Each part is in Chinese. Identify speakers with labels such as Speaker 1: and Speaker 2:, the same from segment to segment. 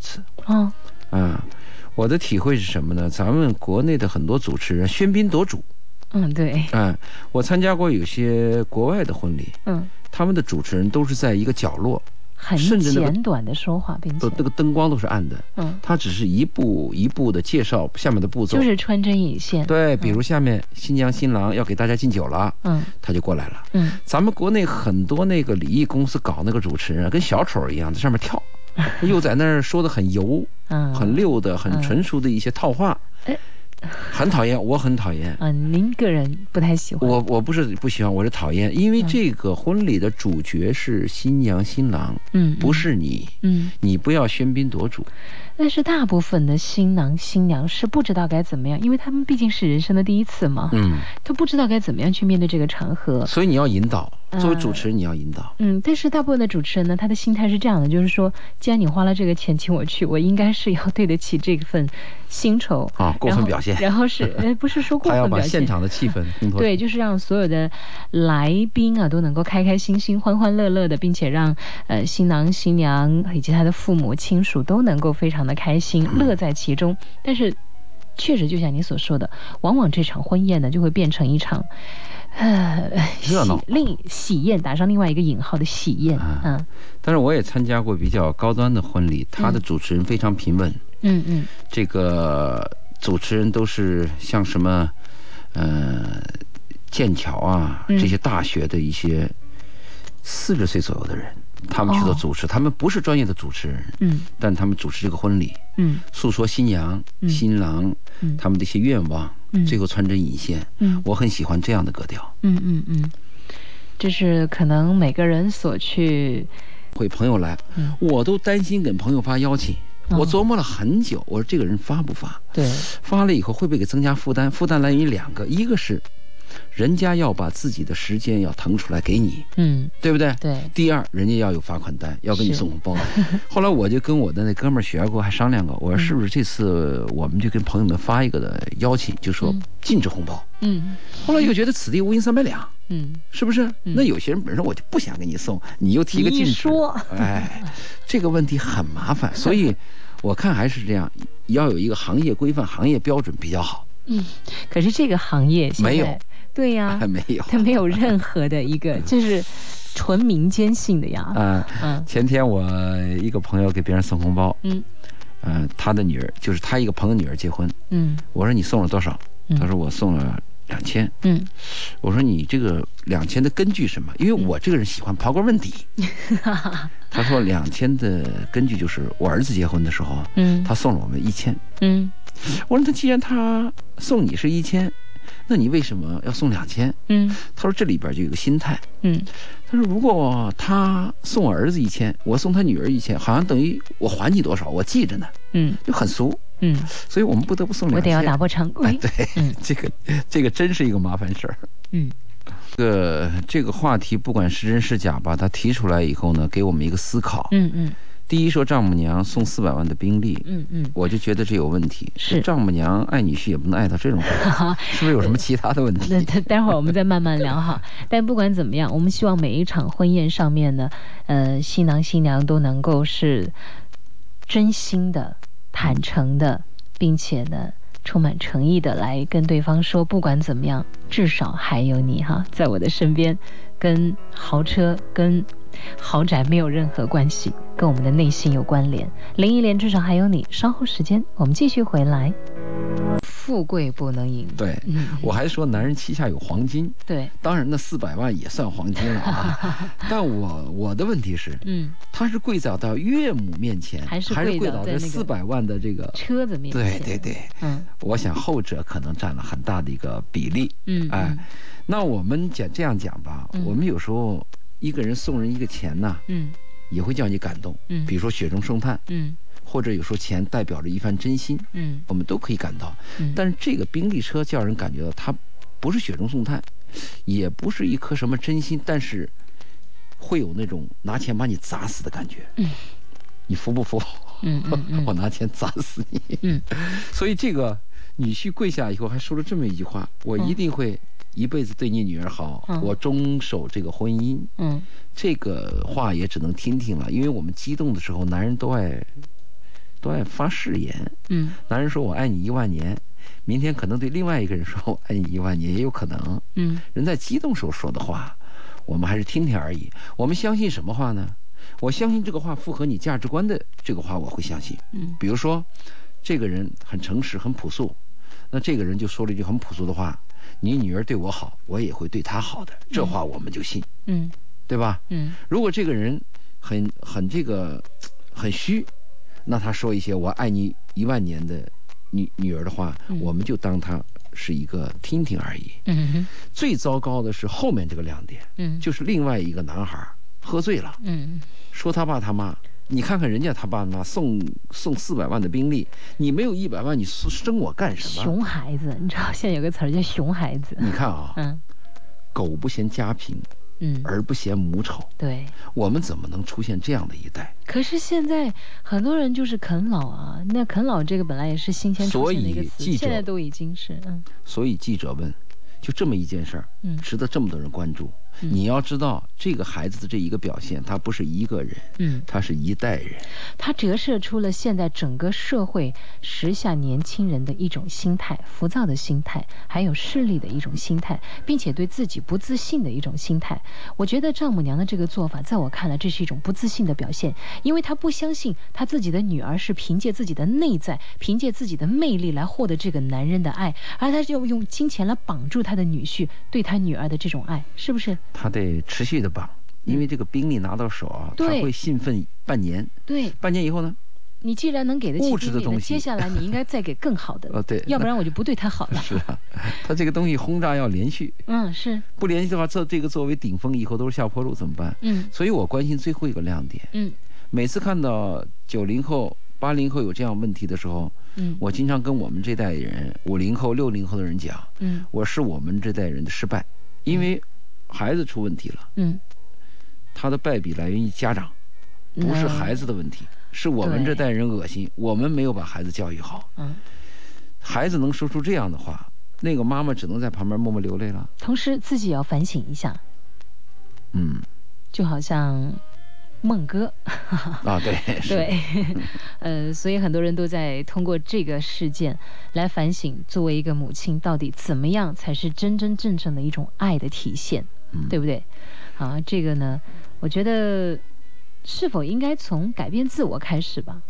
Speaker 1: 次。
Speaker 2: 嗯
Speaker 1: 啊，我的体会是什么呢？咱们国内的很多主持人喧宾夺主。
Speaker 2: 嗯，对，
Speaker 1: 啊，我参加过有些国外的婚礼，
Speaker 2: 嗯，
Speaker 1: 他们的主持人都是在一个角落，
Speaker 2: 很
Speaker 1: 甚至那个呃
Speaker 2: 简短的说话，并且
Speaker 1: 都那个灯光都是暗的，
Speaker 2: 嗯，
Speaker 1: 他只是一步一步的介绍下面的步骤。
Speaker 2: 就是嗯穿针引线。
Speaker 1: 对，比如下面新娘新郎要给大家敬酒了，
Speaker 2: 嗯
Speaker 1: 他就过来了。
Speaker 2: 嗯，
Speaker 1: 咱们国内很多那个礼仪公司搞那个主持人啊跟小丑一样在上面跳，又在那儿说的很油、
Speaker 2: 嗯，
Speaker 1: 很溜的、很纯熟的一些套话
Speaker 2: 哎，
Speaker 1: 很讨厌，我很讨厌。
Speaker 2: 嗯，您个人不太喜欢。
Speaker 1: 我我不是不喜欢，我是讨厌，因为
Speaker 2: 嗯
Speaker 1: 这个婚礼的主角是新娘新郎，
Speaker 2: 嗯
Speaker 1: 不，是你，
Speaker 2: 嗯，
Speaker 1: 你不要喧宾夺主。
Speaker 2: 但是大部分的新郎新娘是不知道该怎么样，因为他们毕竟是人生的第一次嘛，
Speaker 1: 嗯，
Speaker 2: 都不知道该怎么样去面对这个场合。
Speaker 1: 所以你要引导，作为
Speaker 2: 嗯
Speaker 1: 主持人你要引导。
Speaker 2: 嗯，但是大部分的主持人呢，他的心态是这样的，就是说，既然你花了这个钱请我去，我应该是要对得起这份薪酬
Speaker 1: 啊过分
Speaker 2: 然后
Speaker 1: 表现
Speaker 2: 然后是，呃，不是说过
Speaker 1: 他要
Speaker 2: 分表
Speaker 1: 把
Speaker 2: 现，
Speaker 1: 现场的气氛烘托。
Speaker 2: 对，，就是让所有的来宾啊都能够开开心心、欢欢乐乐的，并且让呃新郎新娘以及他的父母亲属都能够非常的开心，
Speaker 1: 嗯
Speaker 2: 乐在其中。但是，确实就像你所说的，往往这场婚宴呢就会变成一场。呃，喜
Speaker 1: 热闹
Speaker 2: 另喜宴打上另外一个引号的喜宴，
Speaker 1: 啊
Speaker 2: 嗯
Speaker 1: 但是我也参加过比较高端的婚礼，他的主持人非常平稳，
Speaker 2: 嗯嗯
Speaker 1: 这个主持人都是像什么，呃，剑桥啊
Speaker 2: 嗯
Speaker 1: 这些大学的一些四十岁左右的人，他们去做
Speaker 2: 哦
Speaker 1: 主持，他们不是专业的主持人，
Speaker 2: 嗯
Speaker 1: 但他们主持这个婚礼，
Speaker 2: 嗯
Speaker 1: 诉说新娘、
Speaker 2: 嗯
Speaker 1: 新郎
Speaker 2: 嗯
Speaker 1: 他们的一些愿望，
Speaker 2: 嗯
Speaker 1: 最后穿针引线。
Speaker 2: 嗯
Speaker 1: 我很喜欢这样的格调，
Speaker 2: 嗯嗯嗯，这是可能每个人所去，
Speaker 1: 会朋友来，
Speaker 2: 嗯
Speaker 1: 我都担心给朋友发邀请。
Speaker 2: 哦
Speaker 1: 我琢磨了很久，我说这个人发不发？
Speaker 2: 对，
Speaker 1: 发了以后会不会给增加负担？负担来源于两个，一个是人家要把自己的时间要腾出来给你，
Speaker 2: 嗯
Speaker 1: 对不对？
Speaker 2: 对，
Speaker 1: 第二，人家要有罚款单，要给你
Speaker 2: 是
Speaker 1: 送红 包。后来我就跟我的那哥们儿学过，还商量过，我说
Speaker 2: 嗯
Speaker 1: 是不是这次我们就跟朋友们发一个的邀请，就说
Speaker 2: 嗯
Speaker 1: 禁止红包。
Speaker 2: 嗯
Speaker 1: 后来又觉得此地无银三百两，
Speaker 2: 嗯。
Speaker 1: 是不是？
Speaker 2: 嗯
Speaker 1: 那有些人本身我就不想给你送，你又提个
Speaker 2: 你一
Speaker 1: 禁止，
Speaker 2: 说
Speaker 1: 哎，这个问题很麻烦，所以我看还是这样，要有一个行业规范、行业标准比较好。
Speaker 2: 嗯，可是这个行业现在
Speaker 1: 没有，
Speaker 2: 对呀、
Speaker 1: 还 没有
Speaker 2: 它没有任何的一个，就是纯民间性的呀。
Speaker 1: 啊、
Speaker 2: 嗯
Speaker 1: 前天我一个朋友给别人送红包，
Speaker 2: 嗯
Speaker 1: 呃，他的女儿就是他一个朋友女儿结婚，
Speaker 2: 嗯
Speaker 1: 我说你送了多少？
Speaker 2: 嗯
Speaker 1: 他说我送了两千。
Speaker 2: 嗯，
Speaker 1: 我说你这个两千的根据是什么？因为我这个人喜欢刨根问 底。他说两千的根据就是我儿子结婚的时候，
Speaker 2: 嗯
Speaker 1: 他送了我们一千。
Speaker 2: 嗯
Speaker 1: 我说那既然他送你是一千，那你为什么要送两千？
Speaker 2: 嗯
Speaker 1: 他说这里边就有个心态。
Speaker 2: 嗯
Speaker 1: 他说如果他送我儿子一千，我送他女儿一千，好像等于我还你多少，我记着呢，
Speaker 2: 嗯
Speaker 1: 就很俗。
Speaker 2: 嗯，
Speaker 1: 所以我们不得不送两
Speaker 2: 我得
Speaker 1: 千。哎
Speaker 2: 要打破常规。
Speaker 1: 对，
Speaker 2: 嗯
Speaker 1: 这个这个真是一个麻烦事儿。
Speaker 2: 嗯
Speaker 1: 这个这个话题不管是真是假吧，他提出来以后呢，给我们一个思考。
Speaker 2: 嗯嗯
Speaker 1: 第一，说丈母娘送四百万的宾利，
Speaker 2: 嗯嗯，
Speaker 1: 我就觉得这有问题。
Speaker 2: 是
Speaker 1: 这丈母娘爱女婿也不能爱到这种程度，
Speaker 2: 哈哈。
Speaker 1: 是不是有什么其他的问题？
Speaker 2: 那待待会儿我们再慢慢聊哈。但不管怎么样，我们希望每一场婚宴上面呢，呃，新郎新娘都能够是真心的、坦诚的，并且呢，充满诚意的来跟对方说，不管怎么样，至少还有你哈，在我的身边，跟豪车、跟豪宅没有任何关系，跟我们的内心有关联。林忆莲至少还有你，稍后时间我们继续回来。富贵不能淫，
Speaker 1: 对，
Speaker 2: 嗯，
Speaker 1: 我还说男人膝下有黄金，
Speaker 2: 对。
Speaker 1: 当然那四百万也算黄金了啊。 但我我的问题是，
Speaker 2: 嗯，
Speaker 1: 他是跪倒到岳母面前，
Speaker 2: 还
Speaker 1: 还
Speaker 2: 是
Speaker 1: 是
Speaker 2: 跪
Speaker 1: 跪
Speaker 2: 倒
Speaker 1: 倒
Speaker 2: 在
Speaker 1: 这
Speaker 2: 那个
Speaker 1: 四百万的这个？
Speaker 2: 车子面
Speaker 1: 对
Speaker 2: 前。
Speaker 1: 对对，
Speaker 2: 嗯
Speaker 1: 我想后者可能占了很大的一个比例。
Speaker 2: 嗯，
Speaker 1: 哎，那我们讲这样讲吧，
Speaker 2: 嗯
Speaker 1: 我们有时候一个人送人一个钱呐，
Speaker 2: 嗯
Speaker 1: 也会叫你感动。
Speaker 2: 嗯
Speaker 1: 比如说雪中送炭，
Speaker 2: 嗯
Speaker 1: 或者有时候钱代表着一番真心，
Speaker 2: 嗯
Speaker 1: 我们都可以感到。
Speaker 2: 嗯，
Speaker 1: 但是这个宾利车叫人感觉到它不是雪中送炭，也不是一颗什么真心，但是会有那种拿钱把你砸死的感觉。
Speaker 2: 嗯
Speaker 1: 你服不服？
Speaker 2: 嗯嗯嗯
Speaker 1: 我拿钱砸死你。
Speaker 2: 嗯
Speaker 1: 所以这个女婿跪下以后还说了这么一句话：“我一定会一辈子对你女儿好，
Speaker 2: 嗯
Speaker 1: 我终守这个婚姻。
Speaker 2: 嗯，
Speaker 1: 这个话也只能听听了，因为我们激动的时候，男人都爱都爱发誓言。
Speaker 2: 嗯
Speaker 1: 男人说我爱你一万年，明天可能对另外一个人说我爱你一万年，也有可能。
Speaker 2: 嗯
Speaker 1: 人在激动时候说的话，我们还是听听而已。我们相信什么话呢？我相信这个话符合你价值观的这个话，我会相信。
Speaker 2: 嗯
Speaker 1: 比如说，这个人很诚实、很朴素，那这个人就说了一句很朴素的话：“你女儿对我好，我也会对她好的。”这话我们就信，
Speaker 2: 嗯
Speaker 1: 对吧？
Speaker 2: 嗯
Speaker 1: 如果这个人很很这个很虚，那他说一些“我爱你一万年”的女女儿的话，
Speaker 2: 嗯
Speaker 1: 我们就当他是一个听听而已。
Speaker 2: 嗯哼
Speaker 1: 最糟糕的是后面这个亮点，
Speaker 2: 嗯
Speaker 1: 就是另外一个男孩儿喝醉了，
Speaker 2: 嗯
Speaker 1: 说他爸他妈。你看看人家他爸妈送送四百万的宾利，你没有一百万，你生生我干 什么？
Speaker 2: 熊孩子，你知道现在有个词儿叫熊孩子，
Speaker 1: 你看啊，
Speaker 2: 嗯
Speaker 1: 狗不嫌家贫，
Speaker 2: 嗯，
Speaker 1: 儿不嫌母丑，
Speaker 2: 对。
Speaker 1: 我们怎么能出现这样的一代？
Speaker 2: 可是现在很多人就是啃老啊，那啃老这个本来也是新鲜出现的一
Speaker 1: 所
Speaker 2: 个
Speaker 1: 以
Speaker 2: 词，
Speaker 1: 记者
Speaker 2: 现在都已经是嗯
Speaker 1: 所以记者问，就这么一件事儿，
Speaker 2: 嗯
Speaker 1: 值得这么多人关注。
Speaker 2: 嗯
Speaker 1: 你要知道，这个孩子的这一个表现，他不是一个人，
Speaker 2: 嗯，
Speaker 1: 他是一代人。
Speaker 2: 它折射出了现在整个社会时下年轻人的一种心态，浮躁的心态，还有势利的一种心态，并且对自己不自信的一种心态。我觉得丈母娘的这个做法，在我看来，这是一种不自信的表现，因为她不相信她自己的女儿是凭借自己的内在，凭借自己的魅力来获得这个男人的爱，而她就用金钱来绑住她的女婿对她女儿的这种爱，是不是？
Speaker 1: 他得持续的绑，因为这个宾利拿到手啊，他
Speaker 2: 对
Speaker 1: 会兴奋半年，
Speaker 2: 对
Speaker 1: 半年以后呢，
Speaker 2: 你既然能给得起
Speaker 1: 物质的
Speaker 2: 精力了
Speaker 1: 东西
Speaker 2: 接下来你应该再给更好的，
Speaker 1: 呃，对，
Speaker 2: 要不然我就不对他好了
Speaker 1: 那。 是啊，他这个东西轰炸要连续，
Speaker 2: 嗯，是，
Speaker 1: 不连续的话，这这个作为顶峰以后都是下坡路，怎么办？
Speaker 2: 嗯
Speaker 1: 所以我关心最后一个亮点，
Speaker 2: 嗯
Speaker 1: 每次看到九零后、八零后有这样问题的时候，
Speaker 2: 嗯，
Speaker 1: 我经常跟我们这代人，五零后、六零后的人讲，
Speaker 2: 嗯
Speaker 1: 我是我们这代人的失败，因为孩子出问题了，
Speaker 2: 嗯，
Speaker 1: 他的败笔来源于家长，
Speaker 2: 嗯
Speaker 1: 不是孩
Speaker 2: 子，
Speaker 1: 子的问题，是我们这代人恶心，我们没有把孩子教育好。
Speaker 2: 嗯，
Speaker 1: 孩子能说出这样的话，那个妈妈只能在旁边默默流泪了。
Speaker 2: 同时自己也要反省一下，
Speaker 1: 嗯，
Speaker 2: 就好像孟 哥，
Speaker 1: 啊，对，是，
Speaker 2: 对， 呃，所以很多人都在通过这个事件来反省，作为一个母亲，到底怎么样才是真真正正的一种爱的体现，
Speaker 1: 嗯
Speaker 2: 对不对？啊，这个呢，我觉得是否应该从改变自我开始吧？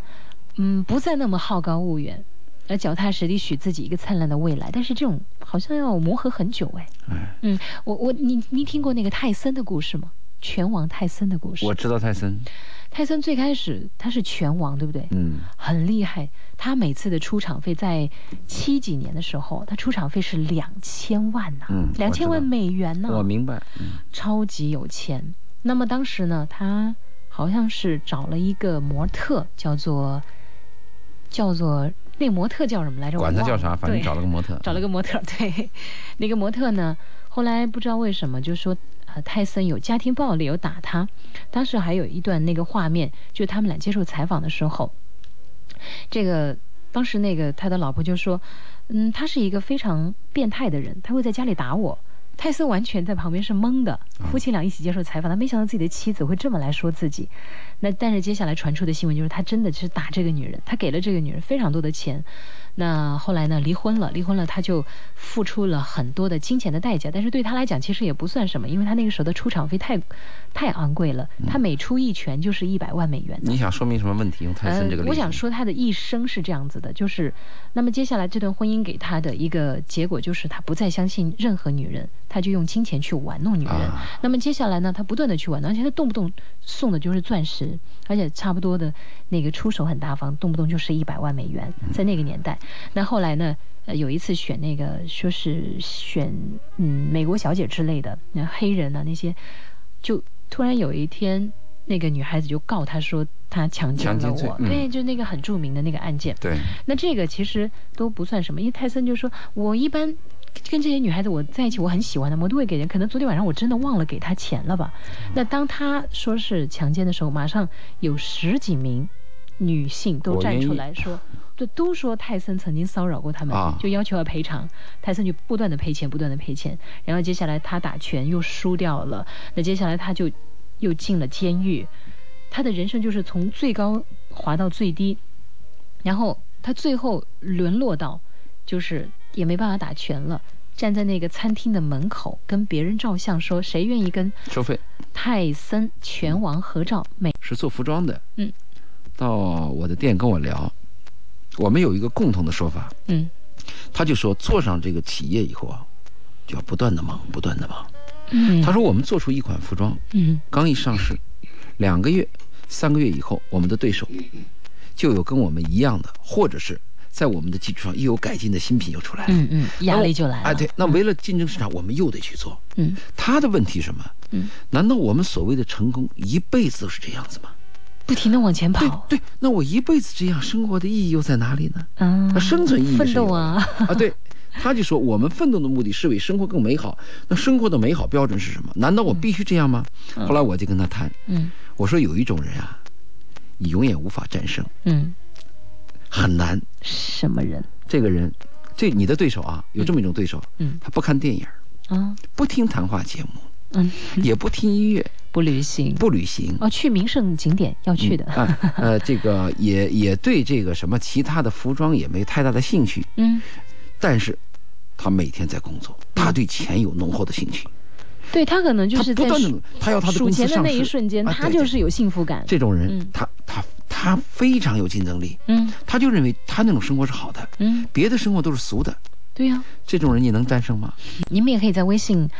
Speaker 2: 嗯，不再那么好高骛远，而脚踏实地，许自己一个灿烂的未来。但是这种好像要磨合很久哎。
Speaker 1: 哎，
Speaker 2: 嗯，我我你你听过那个泰森的故事吗？拳王泰森的故事。
Speaker 1: 我知道泰森，
Speaker 2: 泰森最开始他是拳王，对不对？
Speaker 1: 嗯，
Speaker 2: 很厉害。他每次的出场费在七几年的时候，他出场费是两千万呐、
Speaker 1: 嗯
Speaker 2: 两千
Speaker 1: 我
Speaker 2: 万
Speaker 1: 知道
Speaker 2: 美元呐、
Speaker 1: 我明白，嗯，
Speaker 2: 超级有钱。那么当时呢，他好像是找了一个模特，叫做叫做那模特叫什么来着？我
Speaker 1: 管他
Speaker 2: 忘
Speaker 1: 叫
Speaker 2: 了
Speaker 1: 啥，反正
Speaker 2: 对
Speaker 1: 找了个模特，
Speaker 2: 找了个模特儿， 对，那个模特呢，后来不知道为什么就说，呃，泰森有家庭暴力，有打他。当时还有一段那个画面，就他们俩接受采访的时候，这个当时那个他的老婆就说，嗯，他是一个非常变态的人，他会在家里打我。泰森完全在旁边是懵的，夫妻俩一起接受采访，他没想到自己的妻子会这么来说自己。那但是接下来传出的新闻就是他真的是打这个女人，他给了这个女人非常多的钱。那后来呢，离婚了，离婚了，他就付出了很多的金钱的代价，但是对他来讲其实也不算什么，因为他那个时候的出场费太太昂贵了，他每出一拳就是一百万美元。
Speaker 1: 你想说明什么问题？用泰森这个例
Speaker 2: 呃，
Speaker 1: 子，
Speaker 2: 我想说他的一生是这样子的，就是，那么接下来这段婚姻给他的一个结果就是他不再相信任何女人，他就用金钱去玩弄女人。
Speaker 1: 啊
Speaker 2: 那么接下来呢，他不断的去玩弄，而且他动不动送的就是钻石，而且差不多的那个出手很大方，动不动就是一百万美元，
Speaker 1: 嗯
Speaker 2: 在那个年代。那后来呢？呃，有一次选那个说是选嗯美国小姐之类的，那黑人啊那些，就突然有一天，那个女孩子就告他说他强奸
Speaker 1: 强
Speaker 2: 了
Speaker 1: 奸罪
Speaker 2: 我，
Speaker 1: 嗯
Speaker 2: 对，就那个很著名的那个案件。
Speaker 1: 对，
Speaker 2: 那这个其实都不算什么，因为泰森就说，我一般跟这些女孩子我在一起，我很喜欢她们，我都会给人。可能昨天晚上我真的忘了给她钱了吧？
Speaker 1: 嗯
Speaker 2: 那当他说是强奸的时候，马上有十几名女性都
Speaker 1: 我
Speaker 2: 站
Speaker 1: 愿
Speaker 2: 出
Speaker 1: 意
Speaker 2: 来说，对，都说泰森曾经骚扰过他们，
Speaker 1: 啊
Speaker 2: 就要求要赔偿。泰森就不断的赔钱，不断的赔钱。然后接下来他打拳又输掉了，那接下来他就又进了监狱。他的人生就是从最高滑到最低，然后他最后沦落到就是也没办法打拳了，站在那个餐厅的门口跟别人照相，说谁愿意跟
Speaker 1: 收费
Speaker 2: 泰森拳王合照？美
Speaker 1: 是做服装的，
Speaker 2: 嗯，
Speaker 1: 到我的店跟我聊，我们有一个共同的说法，
Speaker 2: 嗯
Speaker 1: 他就说做上这个企业以后啊，就要不断的忙，不断的忙。
Speaker 2: 嗯，
Speaker 1: 他说我们做出一款服装，
Speaker 2: 嗯
Speaker 1: 刚一上市，两个月、三个月以后，我们的对手就有跟我们一样的，或者是在我们的基础上又有改进的新品又出来了，
Speaker 2: 嗯嗯，压力就来了。
Speaker 1: 哎，对，那为了竞争市场，我们又得去做。
Speaker 2: 嗯
Speaker 1: 他的问题是什么？
Speaker 2: 嗯，
Speaker 1: 难道我们所谓的成功一辈子都是这样子吗？
Speaker 2: 不停的往前
Speaker 1: 对
Speaker 2: 跑，
Speaker 1: 对，那我一辈子这样生活的意义又在哪里呢？
Speaker 2: 啊，
Speaker 1: 那生存意义
Speaker 2: 奋
Speaker 1: 是有
Speaker 2: 斗
Speaker 1: 的
Speaker 2: 啊，
Speaker 1: 啊， 对，他就说我们奋斗的目的是为生活更美好。那生活的美好标准是什么？难道我必须这样吗？
Speaker 2: 嗯
Speaker 1: 后来我就跟他谈，
Speaker 2: 嗯
Speaker 1: 我说有一种人啊，你永远无法战胜，
Speaker 2: 嗯，
Speaker 1: 很难。
Speaker 2: 什么人？
Speaker 1: 这个人，这你的对手啊，有这么一种对手，
Speaker 2: 嗯
Speaker 1: 他不看电影，
Speaker 2: 啊
Speaker 1: 不听谈话 节目，
Speaker 2: 嗯，
Speaker 1: 也不听音乐，
Speaker 2: 不旅行，
Speaker 1: 不旅行。
Speaker 2: 哦，去名胜景点要去的，
Speaker 1: 啊，呃，这个也也对这个什么其他的服装也没太大的兴趣，
Speaker 2: 嗯，
Speaker 1: 但是，他每天在工作，他对钱有浓厚的兴趣，
Speaker 2: 对他可能嗯就
Speaker 1: 他
Speaker 2: 是
Speaker 1: 不
Speaker 2: 在
Speaker 1: 断
Speaker 2: 数
Speaker 1: 的他要他的
Speaker 2: 数
Speaker 1: 公司
Speaker 2: 钱
Speaker 1: 上
Speaker 2: 的
Speaker 1: 市
Speaker 2: 那一瞬间，
Speaker 1: 啊
Speaker 2: 他
Speaker 1: 对
Speaker 2: 就
Speaker 1: 对
Speaker 2: 是有幸福感。
Speaker 1: 这种人，
Speaker 2: 嗯
Speaker 1: 他他他非常有竞争力，
Speaker 2: 嗯
Speaker 1: 他就认为他那种生活是好的，
Speaker 2: 嗯，
Speaker 1: 别的生活都是俗的。
Speaker 2: 对啊呀、
Speaker 1: 这种人你能战胜吗？
Speaker 2: 你们也可以在微信，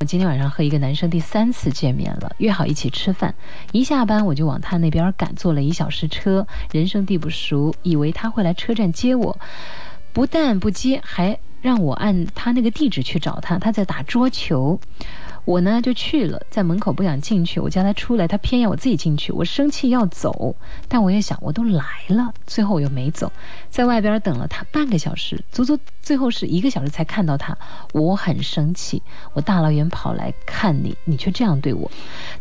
Speaker 2: 我今天晚上和一个男生第三次见面了，约好一起吃饭。一下班我就往他那边赶，坐了一小时车，人生地不熟，以为他会来车站接我，不但不接，还让我按他那个地址去找他。他在打桌球，我呢就去了，在门口不想进去，我叫他出来，他偏要我自己进去，我生气要走，但我也想我都来了，最后我又没走，在外边等了他半个小时，足足最后是一个小时才看到他，我很生气，我大老远跑来看你，你却这样对我，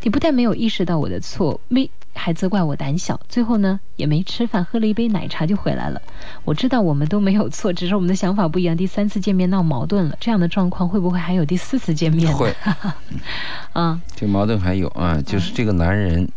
Speaker 2: 你不但没有意识到我的错，没还责怪我胆小，最后呢也没吃饭，喝了一杯奶茶就回来了。我知道我们都没有错，只是我们的想法不一样。第三次见面闹矛盾了，这样的状况会不会还有第四次见面呢？
Speaker 1: 会，
Speaker 2: 啊，
Speaker 1: 这矛盾还有 啊，就是这个男人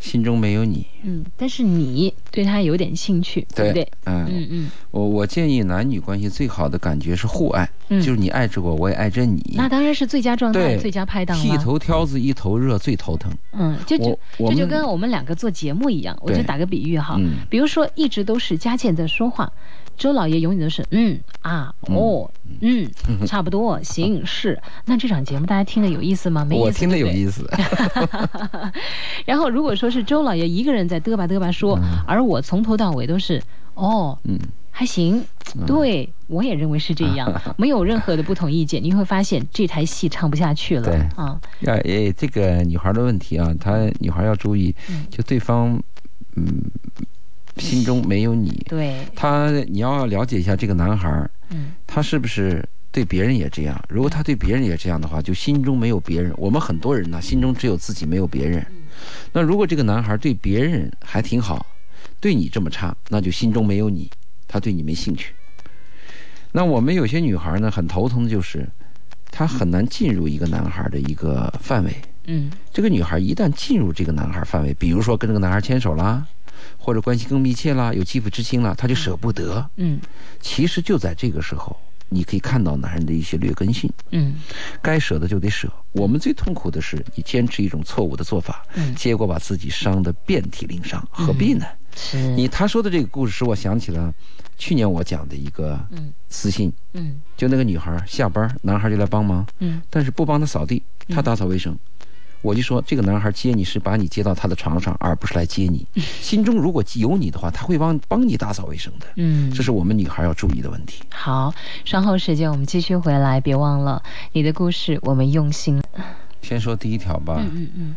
Speaker 1: 心中没有你，
Speaker 2: 嗯，但是你对他有点兴趣，对不对？嗯
Speaker 1: 嗯，
Speaker 2: 嗯，
Speaker 1: 我我建议男女关系最好的感觉是互爱，
Speaker 2: 嗯
Speaker 1: 就是你爱着我，我也爱着你。
Speaker 2: 那当然是最佳状态、
Speaker 1: 对
Speaker 2: 最佳拍档
Speaker 1: 剃
Speaker 2: 了。
Speaker 1: 头挑子一头热最头疼。
Speaker 2: 嗯，就就
Speaker 1: 我我
Speaker 2: 这就
Speaker 1: 们
Speaker 2: 跟我们两个做节目一样，我就
Speaker 1: 对
Speaker 2: 打个比喻哈，
Speaker 1: 嗯
Speaker 2: 比如说一直都是佳倩在说话，周老爷永远都是嗯啊哦嗯差不多行是，那这场节目大家听得有意思吗？没意思，
Speaker 1: 我听着有
Speaker 2: 对不对
Speaker 1: 意思，
Speaker 2: 然后如果说是周老爷一个人在嘚吧嘚吧说，而我从头到尾都是哦，
Speaker 1: 嗯，
Speaker 2: 还行，对我也认为是这 样，没有任何的不同意见。你会发现这台戏唱不下去了
Speaker 1: 对
Speaker 2: 啊，
Speaker 1: 要诶，哎这个女孩的问题啊，她女孩要注意，就对方，嗯，心中没有你，
Speaker 2: 对，
Speaker 1: 她你要了解一下这个男孩儿，
Speaker 2: 嗯
Speaker 1: 他是不是对别人也这样？如果他对别人也这样的话，就心中没有别人。我们很多人呢，心中只有自己，没有别人。那如果这个男孩对别人还挺好，对你这么差，那就心中没有你，他对你没兴趣。那我们有些女孩呢，很头疼，就是她很难进入一个男孩的一个范围。
Speaker 2: 嗯
Speaker 1: 这个女孩一旦进入这个男孩范围，比如说跟这个男孩牵手啦，或者关系更密切啦，有肌肤之亲啦，她就舍不得。
Speaker 2: 嗯
Speaker 1: 其实就在这个时候，你可以看到男人的一些劣根性，
Speaker 2: 嗯
Speaker 1: 该舍的就得舍。我们最痛苦的是你坚持一种错误的做法，
Speaker 2: 嗯，
Speaker 1: 结果把自己伤得遍体鳞伤，何必呢？
Speaker 2: 是，
Speaker 1: 你他说的这个故事使我想起了去年我讲的一个
Speaker 2: 嗯
Speaker 1: 私信，
Speaker 2: 嗯
Speaker 1: 就那个女孩下班，男孩就来帮忙，
Speaker 2: 嗯
Speaker 1: 但是不帮她扫地，她打扫卫生。我就说，这个男孩接你是把你接到他的床上，而不是来接你。心中如果有你的话，他会帮帮你打扫卫生的。
Speaker 2: 嗯，
Speaker 1: 这是我们女孩要注意的问题。
Speaker 2: 好。稍后时间我们继续回来，别忘了你的故事，我们用心。
Speaker 1: 先说第一条吧。
Speaker 2: 嗯嗯嗯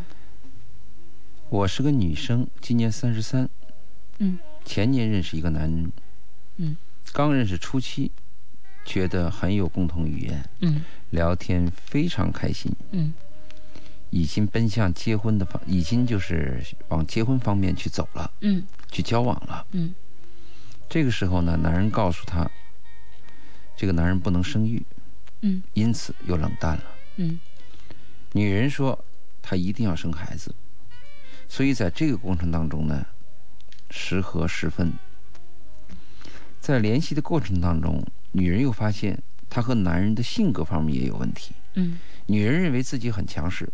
Speaker 1: 我是个女生，今年三十三，
Speaker 2: 嗯
Speaker 1: 前年认识一个男人，
Speaker 2: 嗯
Speaker 1: 刚认识初期，觉得很有共同语言，
Speaker 2: 嗯
Speaker 1: 聊天非常开心，
Speaker 2: 嗯
Speaker 1: 已经奔向结婚的方，已经就是往结婚方面去走了，
Speaker 2: 嗯
Speaker 1: 去交往了。
Speaker 2: 嗯
Speaker 1: 这个时候呢，男人告诉她，这个男人不能生育，
Speaker 2: 嗯
Speaker 1: 因此又冷淡了。
Speaker 2: 嗯
Speaker 1: 女人说她一定要生孩子，所以在这个过程当中呢，时合时分，在联系的过程当中，女人又发现她和男人的性格方面也有问题。
Speaker 2: 嗯
Speaker 1: 女人认为自己很强势，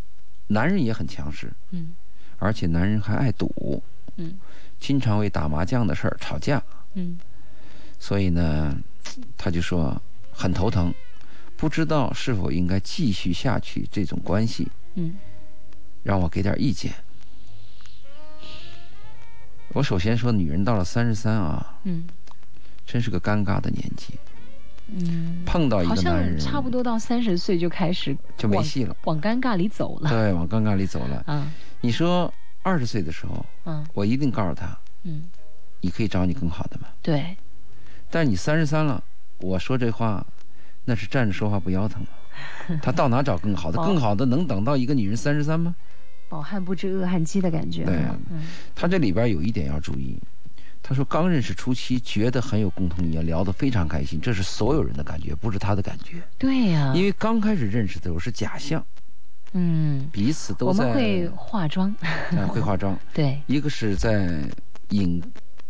Speaker 1: 男人也很强势，
Speaker 2: 嗯
Speaker 1: 而且男人还爱赌，
Speaker 2: 嗯
Speaker 1: 经常为打麻将的事儿吵架。
Speaker 2: 嗯
Speaker 1: 所以呢，她就说很头疼，不知道是否应该继续下去这种关系，
Speaker 2: 嗯
Speaker 1: 让我给点意见。我首先说，女人到了三十三啊，
Speaker 2: 嗯
Speaker 1: 真是个尴尬的年纪，
Speaker 2: 嗯，
Speaker 1: 碰到一
Speaker 2: 好
Speaker 1: 个男
Speaker 2: 像
Speaker 1: 人
Speaker 2: 差不多到三十岁就开始
Speaker 1: 就没戏了，
Speaker 2: 往尴尬里走了。
Speaker 1: 对，往尴尬里走了。
Speaker 2: 啊
Speaker 1: 你说二十岁的时候，
Speaker 2: 嗯
Speaker 1: 我一定告诉他，
Speaker 2: 嗯，
Speaker 1: 你可以找你更好的嘛。
Speaker 2: 对，
Speaker 1: 但你三十三了，我说这话，那是站着说话不腰疼嘛。他到哪找更好的？
Speaker 2: 哦
Speaker 1: 更好的能等到一个女人三十三吗？
Speaker 2: 饱汉不知饿汉饥的感觉。
Speaker 1: 对
Speaker 2: 嗯
Speaker 1: 他这里边有一点要注意，他说刚认识初期觉得很有共同语言，聊得非常开心，这是所有人的感觉，不是他的感觉，
Speaker 2: 对呀、
Speaker 1: 因为刚开始认识的时候是假象，
Speaker 2: 嗯，
Speaker 1: 彼此都
Speaker 2: 我
Speaker 1: 在
Speaker 2: 们会化妆。
Speaker 1: 哎会化妆，
Speaker 2: 对，
Speaker 1: 一个是在隐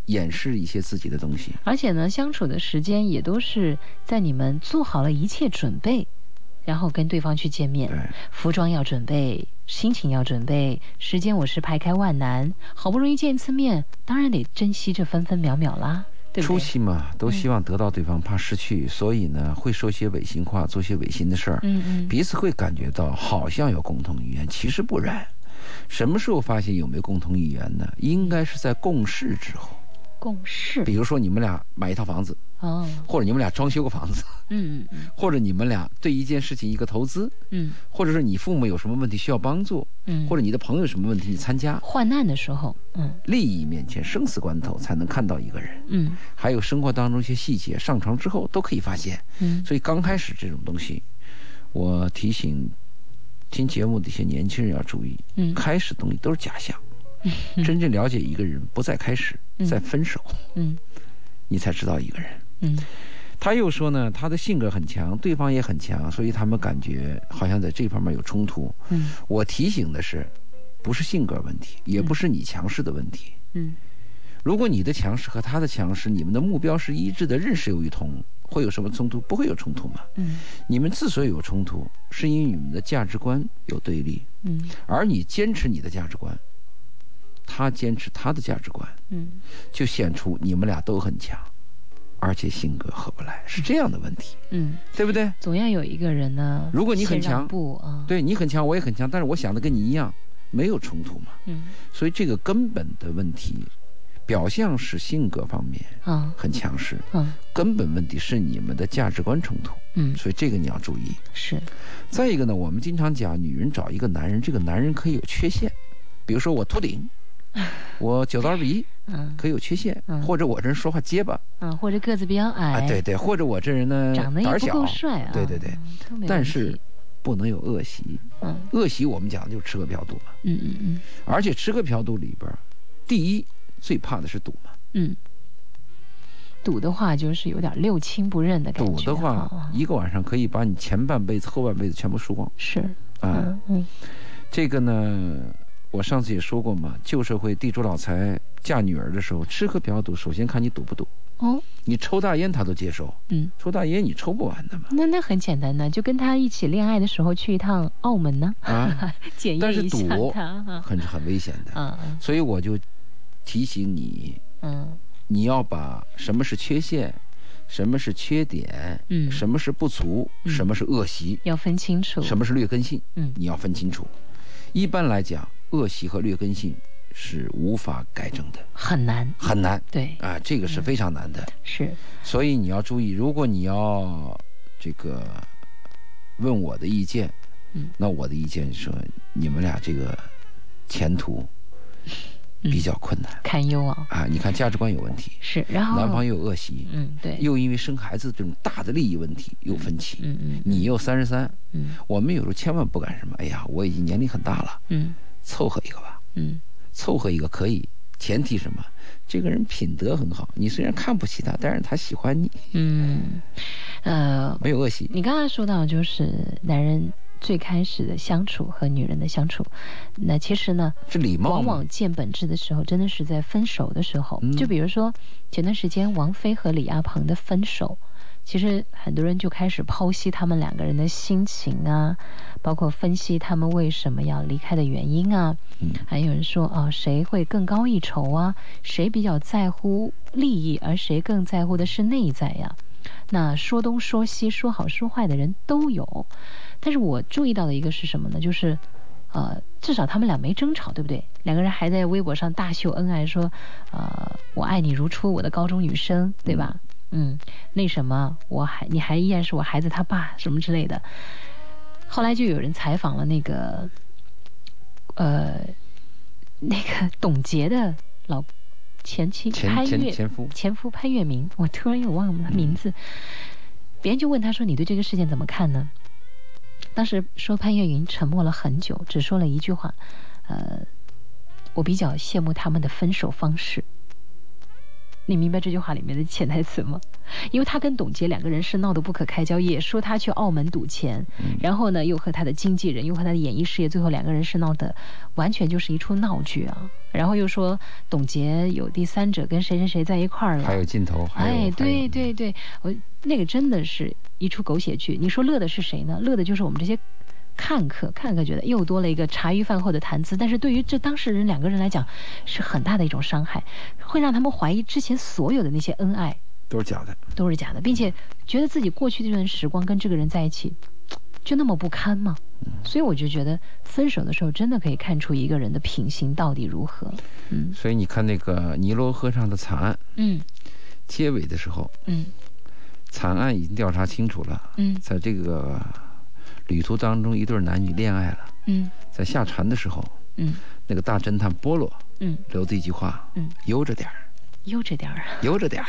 Speaker 1: 掩饰一些自己的东西，
Speaker 2: 而且呢，相处的时间也都是在你们做好了一切准备，然后跟对方去见
Speaker 1: 对
Speaker 2: 面。服装要准备，心情要准备，时间我是排开万难，好不容易见一次面，当然得珍惜这分分秒秒啦，对不
Speaker 1: 初
Speaker 2: 对？
Speaker 1: 期嘛都希望得到对方，怕失去，所以呢会说些违心话，做些违心的事儿，
Speaker 2: 嗯嗯，
Speaker 1: 彼此会感觉到好像有共同语言，其实不然。什么时候发现有没有共同语言呢？应该是在共事之后。
Speaker 2: 共事
Speaker 1: 比如说你们俩买一套房子，
Speaker 2: 哦，
Speaker 1: 或者你们俩装修个房子，
Speaker 2: 嗯嗯嗯
Speaker 1: 或者你们俩对一件事情一个投资，
Speaker 2: 嗯
Speaker 1: 或者是你父母有什么问题需要帮助，
Speaker 2: 嗯，
Speaker 1: 或者你的朋友有什么问题你参加。
Speaker 2: 患难的时候，嗯
Speaker 1: 利益面前，生死关头才能看到一个人，
Speaker 2: 嗯
Speaker 1: 还有生活当中一些细节，上床之后都可以发现。
Speaker 2: 嗯，
Speaker 1: 所以刚开始这种东西，我提醒听节目的一些年轻人要注意，
Speaker 2: 嗯
Speaker 1: 开始东西都是假象，
Speaker 2: 嗯
Speaker 1: 真正了解一个人不在开始，
Speaker 2: 嗯
Speaker 1: 在分手，
Speaker 2: 嗯
Speaker 1: 你才知道一个人。
Speaker 2: 嗯
Speaker 1: 他又说呢，他的性格很强，对方也很强，所以他们感觉好像在这方面有冲突。
Speaker 2: 嗯
Speaker 1: 我提醒的是，不是性格问题，也不是你强势的问题。
Speaker 2: 嗯
Speaker 1: 如果你的强势和他的强势，你们的目标是一致的，认识有一同，会有什么冲突？不会有冲突嘛？
Speaker 2: 嗯
Speaker 1: 你们之所以有冲突，是因为你们的价值观有对立，
Speaker 2: 嗯
Speaker 1: 而你坚持你的价值观，他坚持他的价值观，
Speaker 2: 嗯
Speaker 1: 就显出你们俩都很强，而且性格合不来，是这样的问题，
Speaker 2: 嗯，
Speaker 1: 对不对？
Speaker 2: 总要有一个人呢。
Speaker 1: 如果你很
Speaker 2: 先让
Speaker 1: 强
Speaker 2: 步啊，，
Speaker 1: 对你很强，我也很强，但是我想的跟你一样，没有冲突嘛。
Speaker 2: 嗯
Speaker 1: 所以这个根本的问题，表象是性格方面
Speaker 2: 啊
Speaker 1: 很强势，
Speaker 2: 啊
Speaker 1: 根本问题是你们的价值观冲突。
Speaker 2: 嗯
Speaker 1: 所以这个你要注意。
Speaker 2: 是
Speaker 1: 再一个呢，我们经常讲，女人找一个男人，这个男人可以有缺陷，比如说我秃 顶，我酒糟鼻，
Speaker 2: 嗯
Speaker 1: 可以有缺陷，
Speaker 2: 嗯
Speaker 1: 或者我这人说话结巴
Speaker 2: 嗯，或者个子比较矮，
Speaker 1: 啊，对，对，或者我这人呢
Speaker 2: 长得
Speaker 1: 胆
Speaker 2: 也
Speaker 1: 儿
Speaker 2: 不
Speaker 1: 小，
Speaker 2: 够帅啊，
Speaker 1: 对对对，
Speaker 2: 嗯，都没
Speaker 1: 但
Speaker 2: 问
Speaker 1: 是
Speaker 2: 题
Speaker 1: 不能有恶习。
Speaker 2: 嗯
Speaker 1: 恶习我们讲的就是吃喝嫖赌嘛，
Speaker 2: 嗯嗯嗯
Speaker 1: 而且吃喝嫖赌里边儿，第一最怕的是赌嘛，
Speaker 2: 嗯，赌的话就是有点六亲不认的感觉，
Speaker 1: 赌的话
Speaker 2: 啊，
Speaker 1: 一个晚上可以把你前半辈子后半辈子全部输光
Speaker 2: 是，
Speaker 1: 啊。
Speaker 2: 嗯嗯
Speaker 1: 这个呢，我上次也说过嘛，旧社会地主老财嫁女儿的时候，吃喝嫖赌，首先看你赌不赌。
Speaker 2: 哦
Speaker 1: 你抽大烟他都接受，
Speaker 2: 嗯。
Speaker 1: 抽大烟你抽不完的嘛
Speaker 2: 那那很简单的，就跟他一起恋爱的时候去一趟澳门呢，
Speaker 1: 啊，
Speaker 2: 检
Speaker 1: 但
Speaker 2: 验
Speaker 1: 是
Speaker 2: 一下
Speaker 1: 赌
Speaker 2: 他啊
Speaker 1: 很很危险的。
Speaker 2: 啊
Speaker 1: 所以我就提醒你，
Speaker 2: 嗯
Speaker 1: 你要把什么是缺陷，什么是缺点，
Speaker 2: 嗯，
Speaker 1: 什么是不足，
Speaker 2: 嗯
Speaker 1: 什么是恶习，
Speaker 2: 要分清楚
Speaker 1: 什么是劣根性，
Speaker 2: 嗯
Speaker 1: 你要分清楚。一般来讲，恶习和劣根性是无法改正的，
Speaker 2: 很难，
Speaker 1: 很难。
Speaker 2: 对
Speaker 1: 啊，这个是非常难的，
Speaker 2: 是嗯
Speaker 1: 所以你要注意，如果你要这个问我的意见，
Speaker 2: 嗯
Speaker 1: 那我的意见说，你们俩这个前途
Speaker 2: 嗯
Speaker 1: 比较困难、
Speaker 2: 堪忧啊
Speaker 1: 啊。你看价值观有问题，
Speaker 2: 是，然后
Speaker 1: 男方又有恶习，
Speaker 2: 哦嗯对
Speaker 1: 又因为生孩子这种大的利益问题有分歧。
Speaker 2: 嗯嗯
Speaker 1: 你又三十三，
Speaker 2: 嗯
Speaker 1: 我们有时候千万不敢什么，哎呀，我已经年龄很大了，
Speaker 2: 嗯
Speaker 1: 凑合一个吧，
Speaker 2: 嗯
Speaker 1: 凑合一个可以，前提什么？这个人品德很好，你虽然看不起他，但是他喜欢你，
Speaker 2: 嗯呃，
Speaker 1: 没有恶习。
Speaker 2: 你刚才说到就是男人最开始的相处和女人的相处，那其实呢，
Speaker 1: 这礼貌
Speaker 2: 往
Speaker 1: 嘛
Speaker 2: 往见本质的时候，真的是在分手的时候。
Speaker 1: 嗯
Speaker 2: 就比如说前段时间王菲和李亚鹏的分手，其实很多人就开始剖析他们两个人的心情啊，包括分析他们为什么要离开的原因啊。
Speaker 1: 嗯
Speaker 2: 还有人说啊，谁会更高一筹啊？谁比较在乎利益，而谁更在乎的是内在呀、那说东说西，说好说坏的人都有。但是我注意到的一个是什么呢？就是，呃，至少他们俩没争吵，对不对？两个人还在微博上大秀恩爱，说，呃，我爱你如初，我的高中女生，对吧？嗯，那什么，我还你还依然是我孩子他爸什么之类的。后来就有人采访了那个，呃，那个董洁的老前妻
Speaker 1: 前
Speaker 2: 潘越
Speaker 1: 前前夫嗯
Speaker 2: 前夫潘粤明，我突然又忘了他名字。别人就问他说：“你对这个事件怎么看呢？”当时说潘越云沉默了很久，只说了一句话：“呃，我比较羡慕他们的分手方式。”你明白这句话里面的潜台词吗？因为他跟董洁两个人是闹得不可开交，也说他去澳门赌钱，
Speaker 1: 嗯
Speaker 2: 然后呢又和他的经纪人，又和他的演艺事业，最后两个人是闹得完全就是一出闹剧啊。然后又说董洁有第三者跟谁谁谁在一块儿了，
Speaker 1: 还有镜头，还有还
Speaker 2: 哎
Speaker 1: 有，
Speaker 2: 对对对，我那个真的是一出狗血剧。你说乐的是谁呢？乐的就是我们这些看客，看客觉得又多了一个茶余饭后的谈资，但是对于这当事人两个人来讲，是很大的一种伤害，会让他们怀疑之前所有的那些恩爱
Speaker 1: 都是假的。
Speaker 2: 都是假的，并且觉得自己过去这段时光跟这个人在一起，就那么不堪吗？所以我就觉得分手的时候真的可以看出一个人的品行到底如何。嗯
Speaker 1: 所以你看那个尼罗河上的惨案，
Speaker 2: 嗯
Speaker 1: 结尾的时候，
Speaker 2: 嗯
Speaker 1: 惨案已经调查清楚了，
Speaker 2: 嗯
Speaker 1: 在这个旅途当中，一对男女恋爱了，
Speaker 2: 嗯
Speaker 1: 在下船的时候，
Speaker 2: 嗯
Speaker 1: 那个大侦探波洛
Speaker 2: 嗯
Speaker 1: 留的一句话
Speaker 2: 嗯，：“
Speaker 1: 悠着点儿，
Speaker 2: 悠着点儿啊。
Speaker 1: 悠着 点儿。”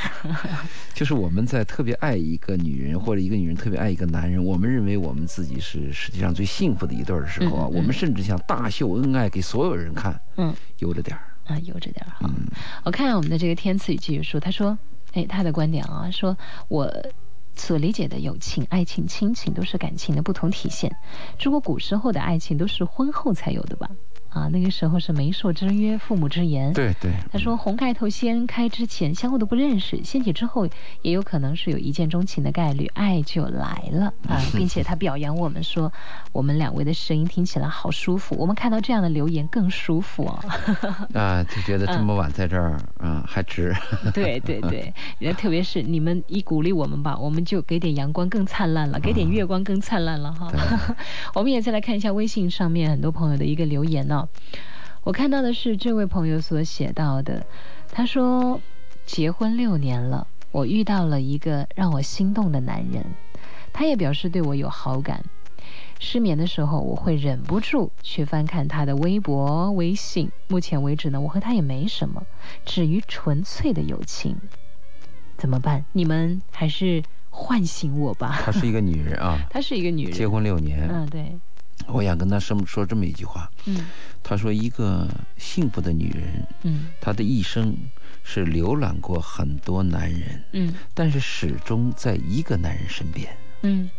Speaker 1: 就是我们在特别爱一个女人，或者一个女人特别爱一个男人，我们认为我们自己是世界上最幸福的一对儿的时候啊，
Speaker 2: 嗯嗯
Speaker 1: 我们甚至想大秀恩爱给所有人看，
Speaker 2: 嗯
Speaker 1: 悠着点儿。
Speaker 2: 啊，悠着点儿哈。
Speaker 1: 嗯
Speaker 2: 我看我们的这个天赐与继续说，他说，哎，他的观点啊，说我。所理解的友情、爱情、亲情都是感情的不同体现。中国古时候的爱情都是婚后才有的吧？啊，那个时候是媒妁之约、父母之言。
Speaker 1: 对对，
Speaker 2: 他说：“红盖头先开之前，相互都不认识，掀起之后，也有可能是有一见钟情的概率，爱就来了啊！并且他表扬我们说，我们两位的声音听起来好舒服，我们看到这样的留言更舒服哦。
Speaker 1: 啊，就觉得这么晚在这儿啊，还值。
Speaker 2: 对对对，呃特别是你们一鼓励我们吧，我们就给点阳光更灿烂了，给点月光更灿烂了哈。 我们也再来看一下微信上面很多朋友的一个留言呢、我看到的是这位朋友所写到的，他说结婚六年了，我遇到了一个让我心动的男人，他也表示对我有好感。失眠的时候，我会忍不住去翻看他的微博、微信。目前为止呢，我和他也没什么，止于纯粹的友情。怎么办？你们还是唤醒我吧。
Speaker 1: 她是一个女人啊，
Speaker 2: 她是一个女人，
Speaker 1: 结婚六年，
Speaker 2: 嗯，对，
Speaker 1: 我想跟她说说这么一句话。
Speaker 2: 嗯
Speaker 1: 她说，一个幸福的女人，
Speaker 2: 嗯
Speaker 1: 她的一生是浏览过很多男人，
Speaker 2: 嗯
Speaker 1: 但是始终在一个男人身边。
Speaker 2: 嗯，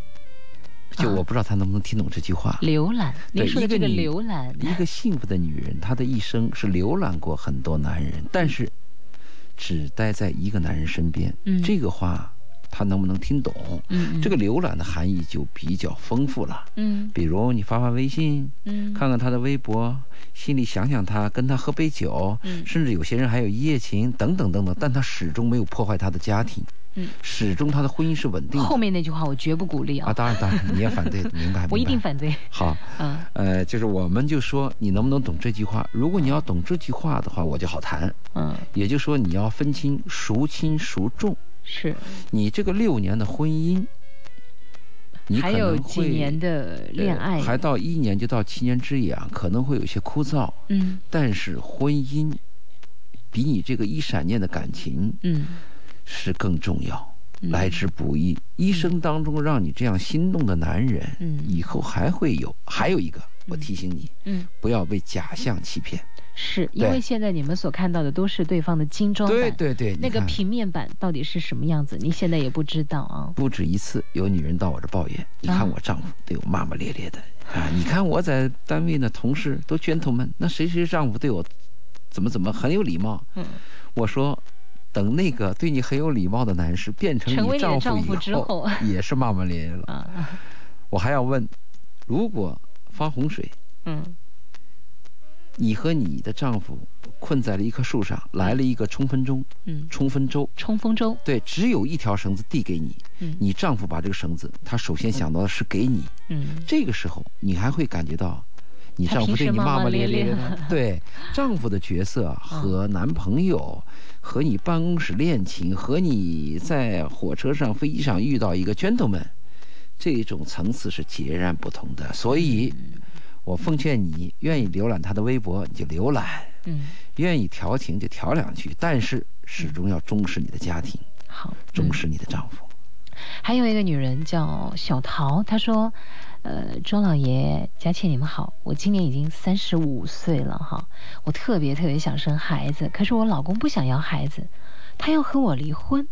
Speaker 1: 就
Speaker 2: 啊
Speaker 1: 我不知道她能不能听懂这句话。
Speaker 2: 浏览，您
Speaker 1: 对
Speaker 2: 说的
Speaker 1: 一个
Speaker 2: 这个
Speaker 1: 女
Speaker 2: 浏览，
Speaker 1: 一个幸福的女人，她的一生是浏览过很多男人，但是只待在一个男人身边。
Speaker 2: 嗯
Speaker 1: 这个话她能不能听懂？
Speaker 2: 嗯嗯，
Speaker 1: 这个浏览的含义就比较丰富了。
Speaker 2: 嗯
Speaker 1: 比如你发发微信，
Speaker 2: 嗯，
Speaker 1: 看看他的微博，心里想想他，跟他喝杯酒，
Speaker 2: 嗯
Speaker 1: 甚至有些人还有一夜情等等等等，但他始终没有破坏他的家庭，
Speaker 2: 嗯，
Speaker 1: 始终他的婚姻是稳定
Speaker 2: 后
Speaker 1: 的。
Speaker 2: 面那句话我绝不鼓励
Speaker 1: 啊，
Speaker 2: 啊，
Speaker 1: 当然当然，你也反对， 明白？
Speaker 2: 我一定
Speaker 1: 明白
Speaker 2: 反对。
Speaker 1: 好。
Speaker 2: 嗯
Speaker 1: 呃，就是我们就说你能不能懂这句话？如果你要懂这句话的话，我就好谈。
Speaker 2: 嗯，
Speaker 1: 也就是说，你要分清孰轻孰重。
Speaker 2: 是，
Speaker 1: 你这个六年的婚姻，你可
Speaker 2: 还
Speaker 1: 能
Speaker 2: 有
Speaker 1: 会
Speaker 2: 几年的恋爱，
Speaker 1: 呃还到一年就到七年之痒，可能会有些枯燥。
Speaker 2: 嗯
Speaker 1: 但是婚姻比你这个一闪念的感情
Speaker 2: 嗯，
Speaker 1: 是更重要，
Speaker 2: 嗯
Speaker 1: 来之不易。一生当中让你这样心动的男人，
Speaker 2: 嗯
Speaker 1: 以后还会有。还有一个，我提醒你，
Speaker 2: 嗯
Speaker 1: 不要被假象欺骗。
Speaker 2: 是因为
Speaker 1: 对
Speaker 2: 现在你们所看到的都是对方的精装版，
Speaker 1: 对对对，
Speaker 2: 那
Speaker 1: 你
Speaker 2: 个
Speaker 1: 看
Speaker 2: 平面版到底是什么样子，你现在也不知道啊。
Speaker 1: 不止一次有女人到我这抱怨，你看我丈夫对我骂骂咧 咧的啊，你看我在单位呢，同事都 gentleman，那谁谁丈夫对我怎么怎么很有礼貌。
Speaker 2: 嗯，
Speaker 1: 我说，等那个对你很有礼貌的男士变成
Speaker 2: 成为
Speaker 1: 你
Speaker 2: 你的
Speaker 1: 丈夫
Speaker 2: 丈
Speaker 1: 以
Speaker 2: 夫之后
Speaker 1: 也是骂骂咧咧了。
Speaker 2: 啊，
Speaker 1: 我还要问，如果方洪水，
Speaker 2: 嗯，
Speaker 1: 你和你的丈夫困在了一棵树上，来了一个冲锋钟，
Speaker 2: 嗯，
Speaker 1: 冲锋舟，
Speaker 2: 冲锋舟，
Speaker 1: 对，只有一条绳子递给你，
Speaker 2: 嗯，
Speaker 1: 你丈夫把这个绳子，他首先想到的是给你。
Speaker 2: 嗯，
Speaker 1: 这个时候，你还会感觉到，你丈夫对你骂骂咧咧的
Speaker 2: 他平时骂骂咧
Speaker 1: 呢。对，丈夫的角色和男朋友、和你办公室恋情、和你在火车上、飞机上遇到一个 gentleman，这种层次是截然不同的。所以，
Speaker 2: 嗯
Speaker 1: 我奉劝你，愿意浏览他的微博，你就浏览；
Speaker 2: 嗯，
Speaker 1: 愿意调情就调两句，但是始终要重视你的家庭，
Speaker 2: 好，嗯
Speaker 1: 重视你的丈夫。
Speaker 2: 还有一个女人叫小桃，她说：“呃，周老爷、佳倩，你们好，我今年已经三十五岁了哈，我特别特别想生孩子，可是我老公不想要孩子，他要和我离婚，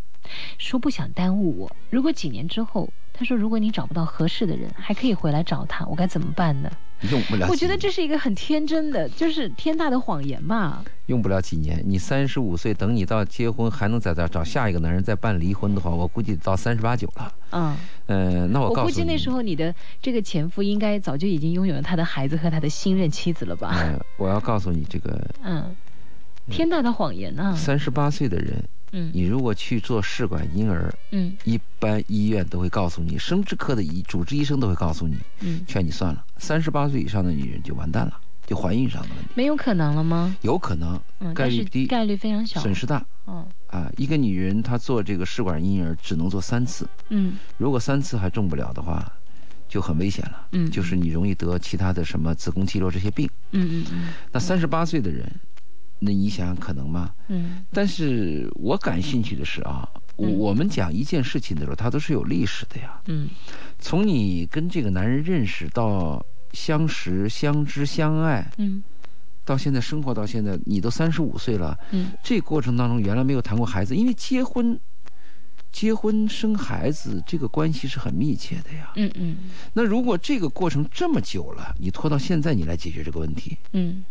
Speaker 2: 说不想耽误我。如果几年之后，他说如果你找不到合适的人，还可以回来找他，我该怎么办呢？
Speaker 1: 用不了几年，
Speaker 2: 我觉得这是一个很天真的，就是天大的谎言吧。
Speaker 1: 用不了几年，你三十五岁，等你到结婚还能在这儿找下一个男人再办离婚的话，我估计到三十八九了。
Speaker 2: 嗯，
Speaker 1: 嗯，那
Speaker 2: 我
Speaker 1: 告诉你，
Speaker 2: 估计那时候你的这个前夫应该早就已经拥有了他的孩子和他的新任妻子了吧？
Speaker 1: 嗯、我要告诉你，这个
Speaker 2: 嗯，天大的谎言呐、
Speaker 1: 三十八岁的人，
Speaker 2: 嗯
Speaker 1: 你如果去做试管婴儿，
Speaker 2: 嗯
Speaker 1: 一般医院都会告诉你，生殖科的医主治医生都会告诉你，
Speaker 2: 嗯，
Speaker 1: 劝你算了，三十八岁以上的女人就完蛋了，就怀孕上的问题，
Speaker 2: 没有可能了吗？
Speaker 1: 有可能
Speaker 2: 嗯，
Speaker 1: 概
Speaker 2: 但是
Speaker 1: 率低，
Speaker 2: 概率非常小。
Speaker 1: 损失大
Speaker 2: 嗯
Speaker 1: 啊。一个女人她做这个试管婴儿只能做三次，
Speaker 2: 嗯
Speaker 1: 如果三次还中不了的话，就很危险了。
Speaker 2: 嗯
Speaker 1: 就是你容易得其他的什么子宫肌瘤这些病。
Speaker 2: 嗯嗯嗯
Speaker 1: 那三十八岁的人，那你想想可能吗？
Speaker 2: 嗯
Speaker 1: 但是我感兴趣的是啊，我
Speaker 2: 嗯
Speaker 1: 我们讲一件事情的时候，它都是有历史的呀。
Speaker 2: 嗯
Speaker 1: 从你跟这个男人认识到相识、相知、相爱，
Speaker 2: 嗯
Speaker 1: 到现在生活到现在，你都三十五岁了，
Speaker 2: 嗯
Speaker 1: 这过程当中原来没有谈过孩子，因为结婚、结婚生孩子这个关系是很密切的呀。
Speaker 2: 嗯嗯
Speaker 1: 那如果这个过程这么久了，你拖到现在你来解决这个问题，
Speaker 2: 嗯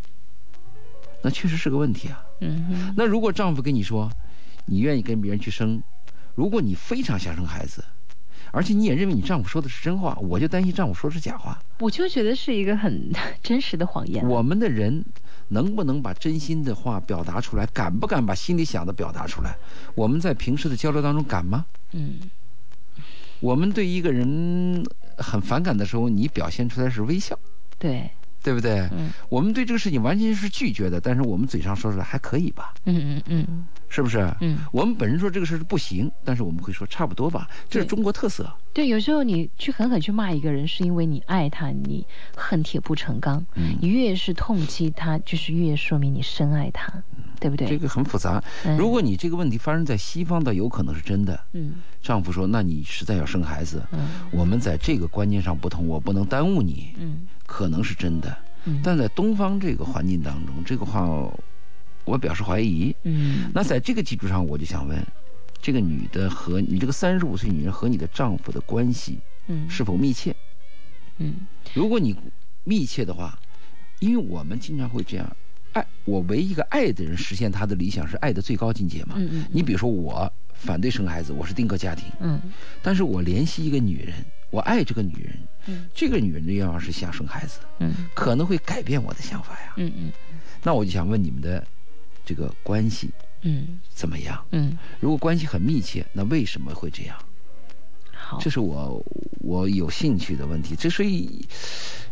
Speaker 1: 那确实是个问题啊。
Speaker 2: 嗯
Speaker 1: 那如果丈夫跟你说，你愿意跟别人去生，如果你非常想生孩子，而且你也认为你丈夫说的是真话，我就担心丈夫说的是假话。
Speaker 2: 我就觉得是一个很真实的谎言。
Speaker 1: 我们的人能不能把真心的话表达出来？敢不敢把心里想的表达出来？我们在平时的交流当中敢吗？
Speaker 2: 嗯
Speaker 1: 我们对一个人很反感的时候，你表现出来是微笑，
Speaker 2: 对
Speaker 1: 对不对？
Speaker 2: 嗯
Speaker 1: 我们对这个事情完全是拒绝的，但是我们嘴上说出来还可以吧，
Speaker 2: 嗯嗯嗯
Speaker 1: 是不是？
Speaker 2: 嗯，
Speaker 1: 我们本人说这个事儿不行，但是我们会说差不多吧，这是
Speaker 2: 对
Speaker 1: 中国特色。
Speaker 2: 对，有时候你去狠狠去骂一个人，是因为你爱他，你恨铁不成钢。
Speaker 1: 嗯
Speaker 2: 你越是痛击他，就是越说明你深爱他，对不对？
Speaker 1: 这个很复杂。
Speaker 2: 嗯
Speaker 1: 如果你这个问题发生在西方，倒有可能是真的。
Speaker 2: 嗯
Speaker 1: 丈夫说：“那你实在要生孩子，
Speaker 2: 嗯
Speaker 1: 我们在这个观念上不同，我不能耽误你。
Speaker 2: 嗯”
Speaker 1: 可能是真的，
Speaker 2: 嗯，
Speaker 1: 但在东方这个环境当中，这个话我表示怀疑。
Speaker 2: 嗯
Speaker 1: 那在这个基础上，我就想问，这个女的和你这个三十五岁女人和你的丈夫的关系
Speaker 2: 嗯
Speaker 1: 是否密切？
Speaker 2: 嗯
Speaker 1: 如果你密切的话，因为我们经常会这样，爱我唯一一个爱的人实现他的理想是爱的最高境界嘛。
Speaker 2: 嗯嗯
Speaker 1: 你比如说我反对生孩子，我是丁克家庭，
Speaker 2: 嗯
Speaker 1: 但是我怜惜一个女人，我爱这个女人，
Speaker 2: 嗯
Speaker 1: 这个女人的愿望是想生孩子，
Speaker 2: 嗯
Speaker 1: 可能会改变我的想法呀。
Speaker 2: 嗯
Speaker 1: 那我就想问你们的这个关系
Speaker 2: 嗯
Speaker 1: 怎么样？
Speaker 2: 嗯，
Speaker 1: 如果关系很密切，那为什么会这样？
Speaker 2: 好，
Speaker 1: 这是我我有兴趣的问题。之所以，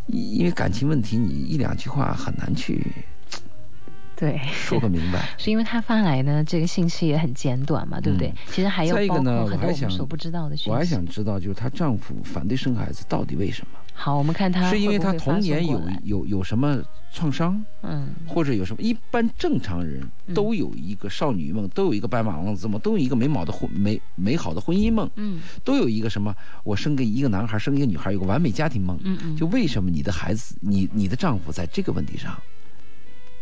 Speaker 1: 因为感情问题，你一两句话很难去
Speaker 2: 对，。
Speaker 1: 说个明白
Speaker 2: 是因为他发来呢，这个信息也很简短嘛，对不对
Speaker 1: 嗯？
Speaker 2: 其实还有
Speaker 1: 再一
Speaker 2: 包
Speaker 1: 个呢，
Speaker 2: 括
Speaker 1: 我
Speaker 2: 很多
Speaker 1: 还
Speaker 2: 我们
Speaker 1: 想
Speaker 2: 所不知道的讯息。
Speaker 1: 我还想知道，就是她丈夫反对生孩子到底为什么？
Speaker 2: 好，我们看他
Speaker 1: 是因为
Speaker 2: 会不
Speaker 1: 她
Speaker 2: 会发
Speaker 1: 童
Speaker 2: 送
Speaker 1: 年
Speaker 2: 过
Speaker 1: 有
Speaker 2: 来
Speaker 1: 有有什么创伤，
Speaker 2: 嗯
Speaker 1: 或者有什么？一般正常人
Speaker 2: 嗯
Speaker 1: 都有一个少女梦，都有一个白马王子梦，都有一个美好的婚美美好的婚姻梦，
Speaker 2: 嗯
Speaker 1: 都有一个什么？我生个一个男孩，生一个女孩，有个完美家庭梦。
Speaker 2: 嗯嗯，
Speaker 1: 就为什么你的孩子，你你的丈夫在这个问题上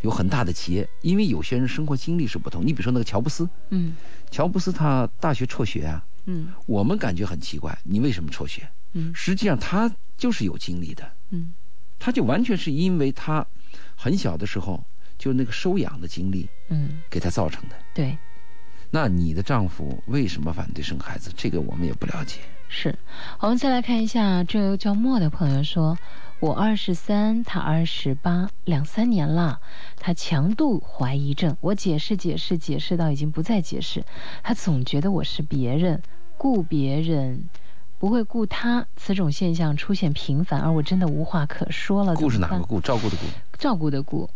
Speaker 1: 有很大的结，因为有些人生活经历是不同。你比如说那个乔布斯，
Speaker 2: 嗯
Speaker 1: 乔布斯他大学辍学啊，
Speaker 2: 嗯
Speaker 1: 我们感觉很奇怪，你为什么辍学？
Speaker 2: 嗯
Speaker 1: 实际上他就是有经历的，
Speaker 2: 嗯
Speaker 1: 他就完全是因为他很小的时候就那个收养的经历
Speaker 2: 嗯，
Speaker 1: 给他造成的。
Speaker 2: 对，
Speaker 1: 那你的丈夫为什么反对生孩子？这个我们也不了解。
Speaker 2: 是。好，我们再来看一下这位叫莫的朋友说。我二十三，他二十八，两三年了。他强度怀疑症，我解释解释解释到已经不再解释，他总觉得我是别人，顾别人，不会顾他。此种现象出现频繁，而我真的无话可说了。
Speaker 1: 顾是
Speaker 2: 怎
Speaker 1: 哪
Speaker 2: 么办
Speaker 1: 个顾？嗯照顾的顾。
Speaker 2: 照顾的顾。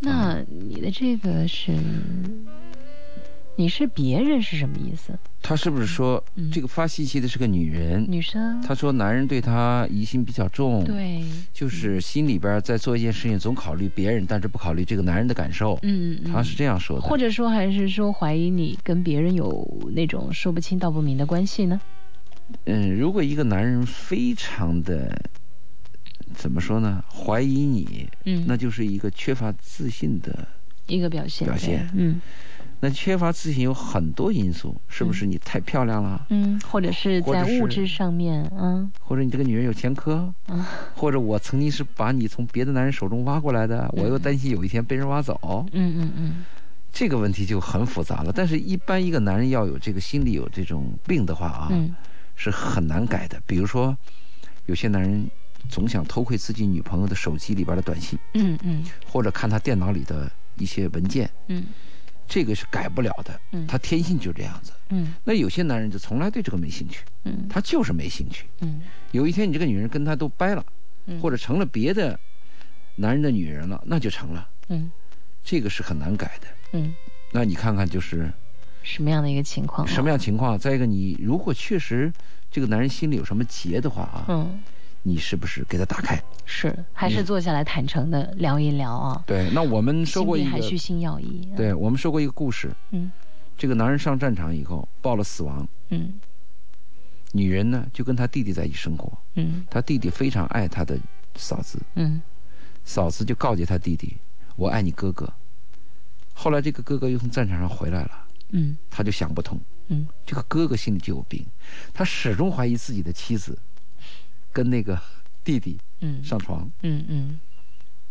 Speaker 2: 那你的这个是，你是别人是什么意思？
Speaker 1: 他是不是说、
Speaker 2: 嗯
Speaker 1: 这个发信息的是个女人？
Speaker 2: 女生？
Speaker 1: 他说男人对她疑心比较重。。
Speaker 2: 对，嗯
Speaker 1: 就是心里边在做一件事情，总考虑别人，但是不考虑这个男人的感受。
Speaker 2: 嗯，嗯
Speaker 1: 他是这样说的。
Speaker 2: 或者说还是说怀疑你跟别人有那种说不清道不明的关系呢？
Speaker 1: 嗯，如果一个男人非常的怎么说呢，怀疑你，
Speaker 2: 嗯，
Speaker 1: 那就是一个缺乏自信的。
Speaker 2: 一个表现，
Speaker 1: 表现
Speaker 2: 对嗯
Speaker 1: 那缺乏自信有很多因素，是不是你太漂亮了，
Speaker 2: 嗯，或者是
Speaker 1: 或
Speaker 2: 在
Speaker 1: 者是
Speaker 2: 物质上面，嗯
Speaker 1: 或者你这个女人有前科，
Speaker 2: 嗯
Speaker 1: 或者我曾经是把你从别的男人手中挖过来的，我又担心有一天被人挖走，
Speaker 2: 嗯嗯嗯，
Speaker 1: 这个问题就很复杂了。但是，一般一个男人要有这个心里有这种病的话啊，
Speaker 2: 嗯
Speaker 1: 是很难改的。比如说，有些男人总想偷窥自己女朋友的手机里边的短信，
Speaker 2: 嗯嗯
Speaker 1: 或者看她电脑里的一些文件，
Speaker 2: 嗯
Speaker 1: 这个是改不了的
Speaker 2: 嗯，
Speaker 1: 他天性就这样子。
Speaker 2: 嗯
Speaker 1: 那有些男人就从来对这个没兴趣，
Speaker 2: 嗯
Speaker 1: 他就是没兴趣。
Speaker 2: 嗯
Speaker 1: 有一天你这个女人跟他都掰了，
Speaker 2: 嗯，
Speaker 1: 或者成了别的男人的女人了，那就成了，
Speaker 2: 嗯
Speaker 1: 这个是很难改的。
Speaker 2: 嗯
Speaker 1: 那你看看就是
Speaker 2: 什么样的一个情况？啊
Speaker 1: 什么？样情况？再一个，你如果确实这个男人心里有什么结的话啊，
Speaker 2: 嗯。
Speaker 1: 你是不是给他打开？
Speaker 2: 是，还是坐下来坦诚的聊一聊啊。
Speaker 1: 对，那我们嗯说
Speaker 2: 心
Speaker 1: 过
Speaker 2: 地
Speaker 1: 一
Speaker 2: 还
Speaker 1: 个，
Speaker 2: 需心药医。，
Speaker 1: 对我们说过一个故事，
Speaker 2: 嗯
Speaker 1: 这个男人上战场以后报了死亡，
Speaker 2: 嗯
Speaker 1: 女人呢就跟他弟弟在一起生活，
Speaker 2: 嗯
Speaker 1: 他弟弟非常爱他的嫂子，
Speaker 2: 嗯
Speaker 1: 嫂子就告诫他弟弟：“我爱你哥哥。”后来这个哥哥又从战场上回来了，
Speaker 2: 嗯
Speaker 1: 他就想不通，
Speaker 2: 嗯
Speaker 1: 这个哥哥心里就有病，他始终怀疑自己的妻子跟那个弟弟
Speaker 2: 嗯
Speaker 1: 上床。
Speaker 2: 嗯嗯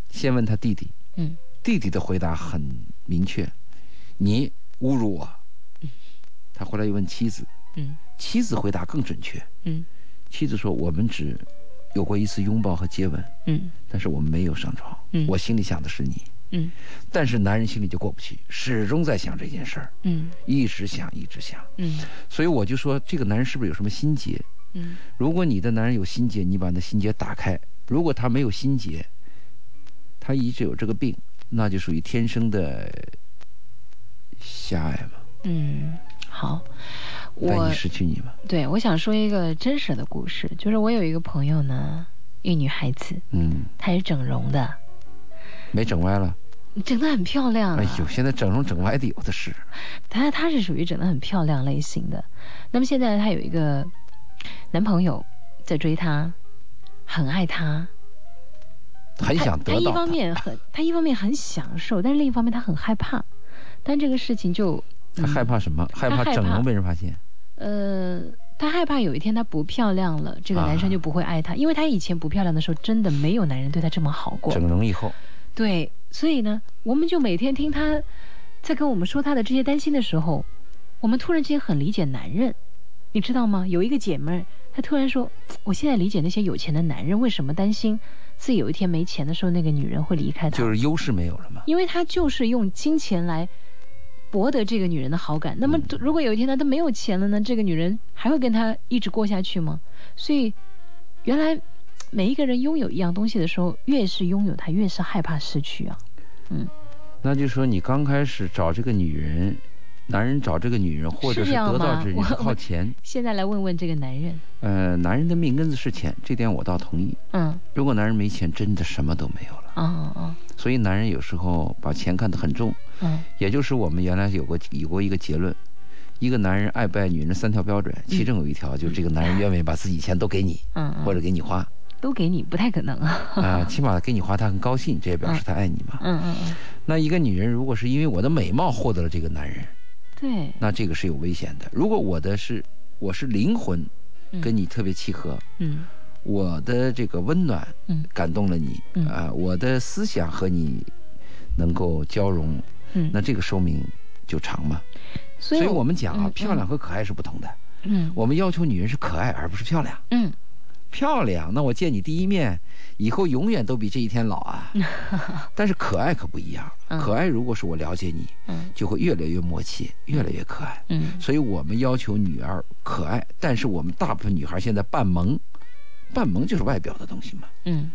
Speaker 1: 先问他弟弟，
Speaker 2: 嗯
Speaker 1: 弟弟的回答很明确：“你侮辱我。”他回来又问妻子，
Speaker 2: 嗯
Speaker 1: 妻子回答更准确。
Speaker 2: 嗯
Speaker 1: 妻子说：“我们只有过一次拥抱和接吻，
Speaker 2: 嗯
Speaker 1: 但是我们没有上床。
Speaker 2: 嗯
Speaker 1: 我心里想的是你。”
Speaker 2: 嗯
Speaker 1: 但是男人心里就过不去，始终在想这件事儿，
Speaker 2: 嗯
Speaker 1: 一直想，一直想。
Speaker 2: 嗯
Speaker 1: 所以我就说，这个男人是不是有什么心结？
Speaker 2: 嗯
Speaker 1: 如果你的男人有心结，你把那心结打开；如果他没有心结，他一直有这个病，那就属于天生的狭隘嘛，
Speaker 2: 嗯，好，
Speaker 1: 难
Speaker 2: 我
Speaker 1: 以失去你嘛。
Speaker 2: 对我想说一个真实的故事，就是我有一个朋友呢，一女孩子，
Speaker 1: 嗯，
Speaker 2: 她是整容的，
Speaker 1: 没整歪了。
Speaker 2: 整得很漂亮、啊。
Speaker 1: 哎呦，现在整容整歪的有的是。
Speaker 2: 她她是属于整得很漂亮类型的。那么现在她有一个男朋友在追她，很爱她，
Speaker 1: 很想
Speaker 2: 她
Speaker 1: 得
Speaker 2: 一
Speaker 1: 到
Speaker 2: 方
Speaker 1: 他，
Speaker 2: 面很她一方面很享受，但是另一方面她很害怕。但这个事情就
Speaker 1: 他害怕什么？害怕
Speaker 2: 嗯害怕
Speaker 1: 整容被人发现。
Speaker 2: 呃，她害怕有一天她不漂亮了，这个男生就不会爱她，因为她以前不漂亮的时候，真的没有男人对她这么好过。
Speaker 1: 整容以后，
Speaker 2: 对，所以呢，我们就每天听她在跟我们说她的这些担心的时候，我们突然之间很理解男人，你知道吗？有一个姐妹儿，她突然说：“我现在理解那些有钱的男人为什么担心自己有一天没钱的时候，那个女人会离开他，
Speaker 1: 就是优势没有了嘛。
Speaker 2: 因为他就是用金钱来。”博得这个女人的好感，那么
Speaker 1: 嗯
Speaker 2: 如果有一天呢，他没有钱了呢，这个女人还会跟他一直过下去吗？所以，原来每一个人拥有一样东西的时候，越是拥有它，越是害怕失去啊。
Speaker 1: 那就说你刚开始找这个女人，男人找这个女人，或者
Speaker 2: 是
Speaker 1: 是
Speaker 2: 这样
Speaker 1: 得
Speaker 2: 吗
Speaker 1: 到这人
Speaker 2: 我
Speaker 1: 靠钱。
Speaker 2: 现在来问问这个男人，
Speaker 1: 呃，男人的命根子是钱，这点我倒同意。
Speaker 2: 嗯，
Speaker 1: 如果男人没钱，真的什么都没有了。
Speaker 2: 啊啊
Speaker 1: 所以男人有时候把钱看得很重，
Speaker 2: 嗯
Speaker 1: 也就是我们原来有过有过一个结论。一个男人爱不爱女人三条标准，其中有一条就是这个男人愿不愿意把自己钱都给你，
Speaker 2: 嗯，
Speaker 1: 或者给你花。
Speaker 2: 都给你，不太可能啊。
Speaker 1: 啊、起码给你花，他很高兴，这也表示他爱你嘛。
Speaker 2: 嗯嗯嗯，
Speaker 1: 那一个女人如果是因为我的美貌获得了这个男人，
Speaker 2: 对，
Speaker 1: 那这个是有危险的。如果我的是我是灵魂
Speaker 2: 嗯
Speaker 1: 跟你特别契合，
Speaker 2: 嗯
Speaker 1: 我的这个温暖
Speaker 2: 嗯
Speaker 1: 感动了你，
Speaker 2: 嗯
Speaker 1: 啊、我的思想和你能够交融，
Speaker 2: 嗯，
Speaker 1: 那这个寿命就长嘛。
Speaker 2: 所
Speaker 1: 所以
Speaker 2: 我
Speaker 1: 我们讲啊，
Speaker 2: 嗯
Speaker 1: 漂亮和可爱是不同的。
Speaker 2: 嗯
Speaker 1: 我们要求女人是可爱，而不是漂亮。
Speaker 2: 嗯
Speaker 1: 漂亮，那我见你第一面，以后永远都比这一天老啊。但是可爱可不一样，
Speaker 2: 嗯
Speaker 1: 可爱如果是我了解你，
Speaker 2: 嗯
Speaker 1: 就会越来越默契，越来越可爱。
Speaker 2: 嗯
Speaker 1: 所以我们要求女儿可爱，但是我们大部分女孩现在半萌，半萌就是外表的东西嘛。
Speaker 2: 嗯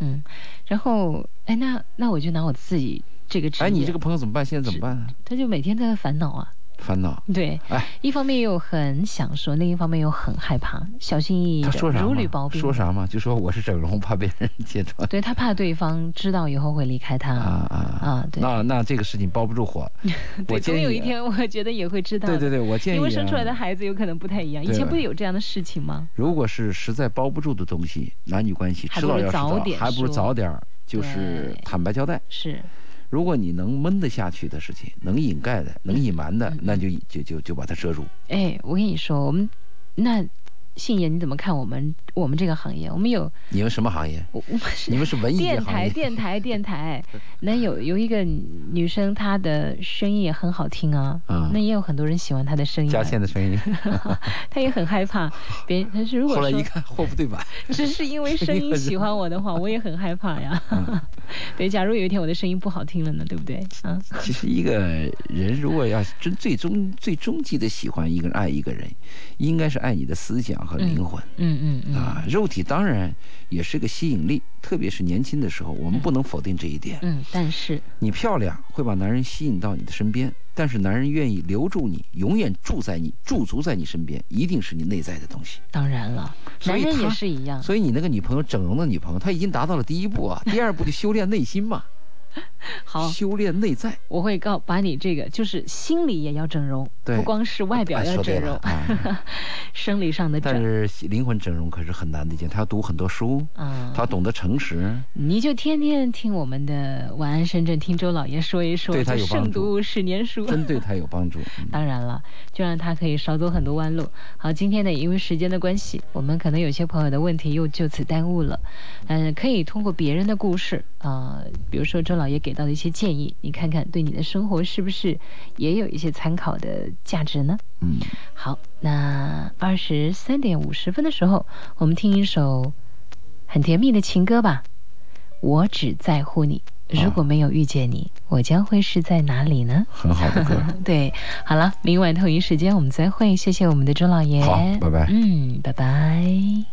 Speaker 2: 嗯，然后哎，那那我就拿我自己这个职业，
Speaker 1: 哎，你这个朋友怎么办？现在怎么办啊？
Speaker 2: 他就每天在烦恼啊，
Speaker 1: 烦恼。
Speaker 2: 对，
Speaker 1: 哎，
Speaker 2: 一方面又很想说，另一方面又很害怕，小心翼翼
Speaker 1: 他
Speaker 2: 的，
Speaker 1: 说啥
Speaker 2: 如履薄
Speaker 1: 嘛？
Speaker 2: 冰。
Speaker 1: 说啥嘛？就说我是整容，怕别人揭穿。
Speaker 2: 对他怕对方知道以后会离开他
Speaker 1: 啊啊
Speaker 2: 啊对
Speaker 1: 那那这个事情包不住火。我
Speaker 2: 对，
Speaker 1: 建
Speaker 2: 总
Speaker 1: 议
Speaker 2: 有一天我觉得也会知道
Speaker 1: 对
Speaker 2: 的。
Speaker 1: 对对，我建议、啊。
Speaker 2: 因为生出来的孩子有可能不太一样，以
Speaker 1: 对
Speaker 2: 前不是有这样的事情吗？
Speaker 1: 如果是实在包不住的东西，男女关系
Speaker 2: 还
Speaker 1: 迟
Speaker 2: 不如
Speaker 1: 早要知
Speaker 2: 早
Speaker 1: 道，
Speaker 2: 点
Speaker 1: 还不如
Speaker 2: 说
Speaker 1: 早点儿就是
Speaker 2: 对
Speaker 1: 坦白交代。
Speaker 2: 是，
Speaker 1: 如果你能闷得下去的事情，能掩盖的、能隐瞒的，
Speaker 2: 嗯嗯
Speaker 1: 那就就就就把它遮住。
Speaker 2: 哎，我跟你说，我们那信爷你怎么看我们我们这个行业？我们有
Speaker 1: 你们什么行业？
Speaker 2: 我我们是
Speaker 1: 你们是文艺
Speaker 2: 电
Speaker 1: 行
Speaker 2: 台
Speaker 1: 业？
Speaker 2: 电台电台，那有有一个女生，她的声音也很好听啊，
Speaker 1: 嗯
Speaker 2: 那也有很多人喜欢她的声音啊、
Speaker 1: 加线的声音。
Speaker 2: 她也很害怕别人，但是如果
Speaker 1: 后来
Speaker 2: 说
Speaker 1: 一看，货不对 版。
Speaker 2: 只是因为声音喜欢我的话，我也很害 怕呀。对，假如有一天我的声音不好听了呢，对不对？啊，
Speaker 1: 其实一个人如果要真最终最终极的喜欢一个人、爱一个人，应该是爱你的思想和灵魂。
Speaker 2: 嗯嗯嗯
Speaker 1: 啊，肉体当然也是个吸引力，特别是年轻的时候，我们不能否定这一点。
Speaker 2: 嗯，但是
Speaker 1: 你漂亮会把男人吸引到你的身边，但是男人愿意留住你，永远住在你驻足在你身边，一定是你内在的东西。
Speaker 2: 当然了，
Speaker 1: 所
Speaker 2: 男
Speaker 1: 以
Speaker 2: 人也
Speaker 1: 他
Speaker 2: 是一样。
Speaker 1: 所以你那个女朋友整容的女朋友，她已经达到了第一步啊，第二步就修炼内心嘛，
Speaker 2: 好，
Speaker 1: 修炼内在。
Speaker 2: 我会告把你这个，就是心理也要整容，
Speaker 1: 对
Speaker 2: 不光是外表
Speaker 1: 哎
Speaker 2: 要
Speaker 1: 说对
Speaker 2: 整容，
Speaker 1: 了啊
Speaker 2: 生理上的
Speaker 1: 但
Speaker 2: 整
Speaker 1: 是灵魂整容可是很难的一件，她要读很多书，
Speaker 2: 啊。
Speaker 1: 她懂得诚实，
Speaker 2: 你就天天听我们的《晚安深圳》，听周老爷说一说，
Speaker 1: 对他
Speaker 2: 这
Speaker 1: 有帮助
Speaker 2: 胜读十年嗯书。
Speaker 1: 真对她有帮助。嗯
Speaker 2: 当然了，就让他可以少走很多弯路。好，今天呢，因为时间的关系，我们可能有些朋友的问题又就此耽误了。嗯、可以通过别人的故事啊、比如说周老爷给到的一些建议，你看看对你的生活是不是也有一些参考的价值呢？
Speaker 1: 嗯，
Speaker 2: 好，那二十三点五十分的时候，我们听一首很甜蜜的情歌吧。我只在乎你，如果没有遇见你，我将会是在哪里呢？
Speaker 1: 很好的歌。
Speaker 2: 对，好了，明晚同一时间我们再会，嗯谢谢我们的周老爷，
Speaker 1: 好拜拜
Speaker 2: 嗯，拜拜。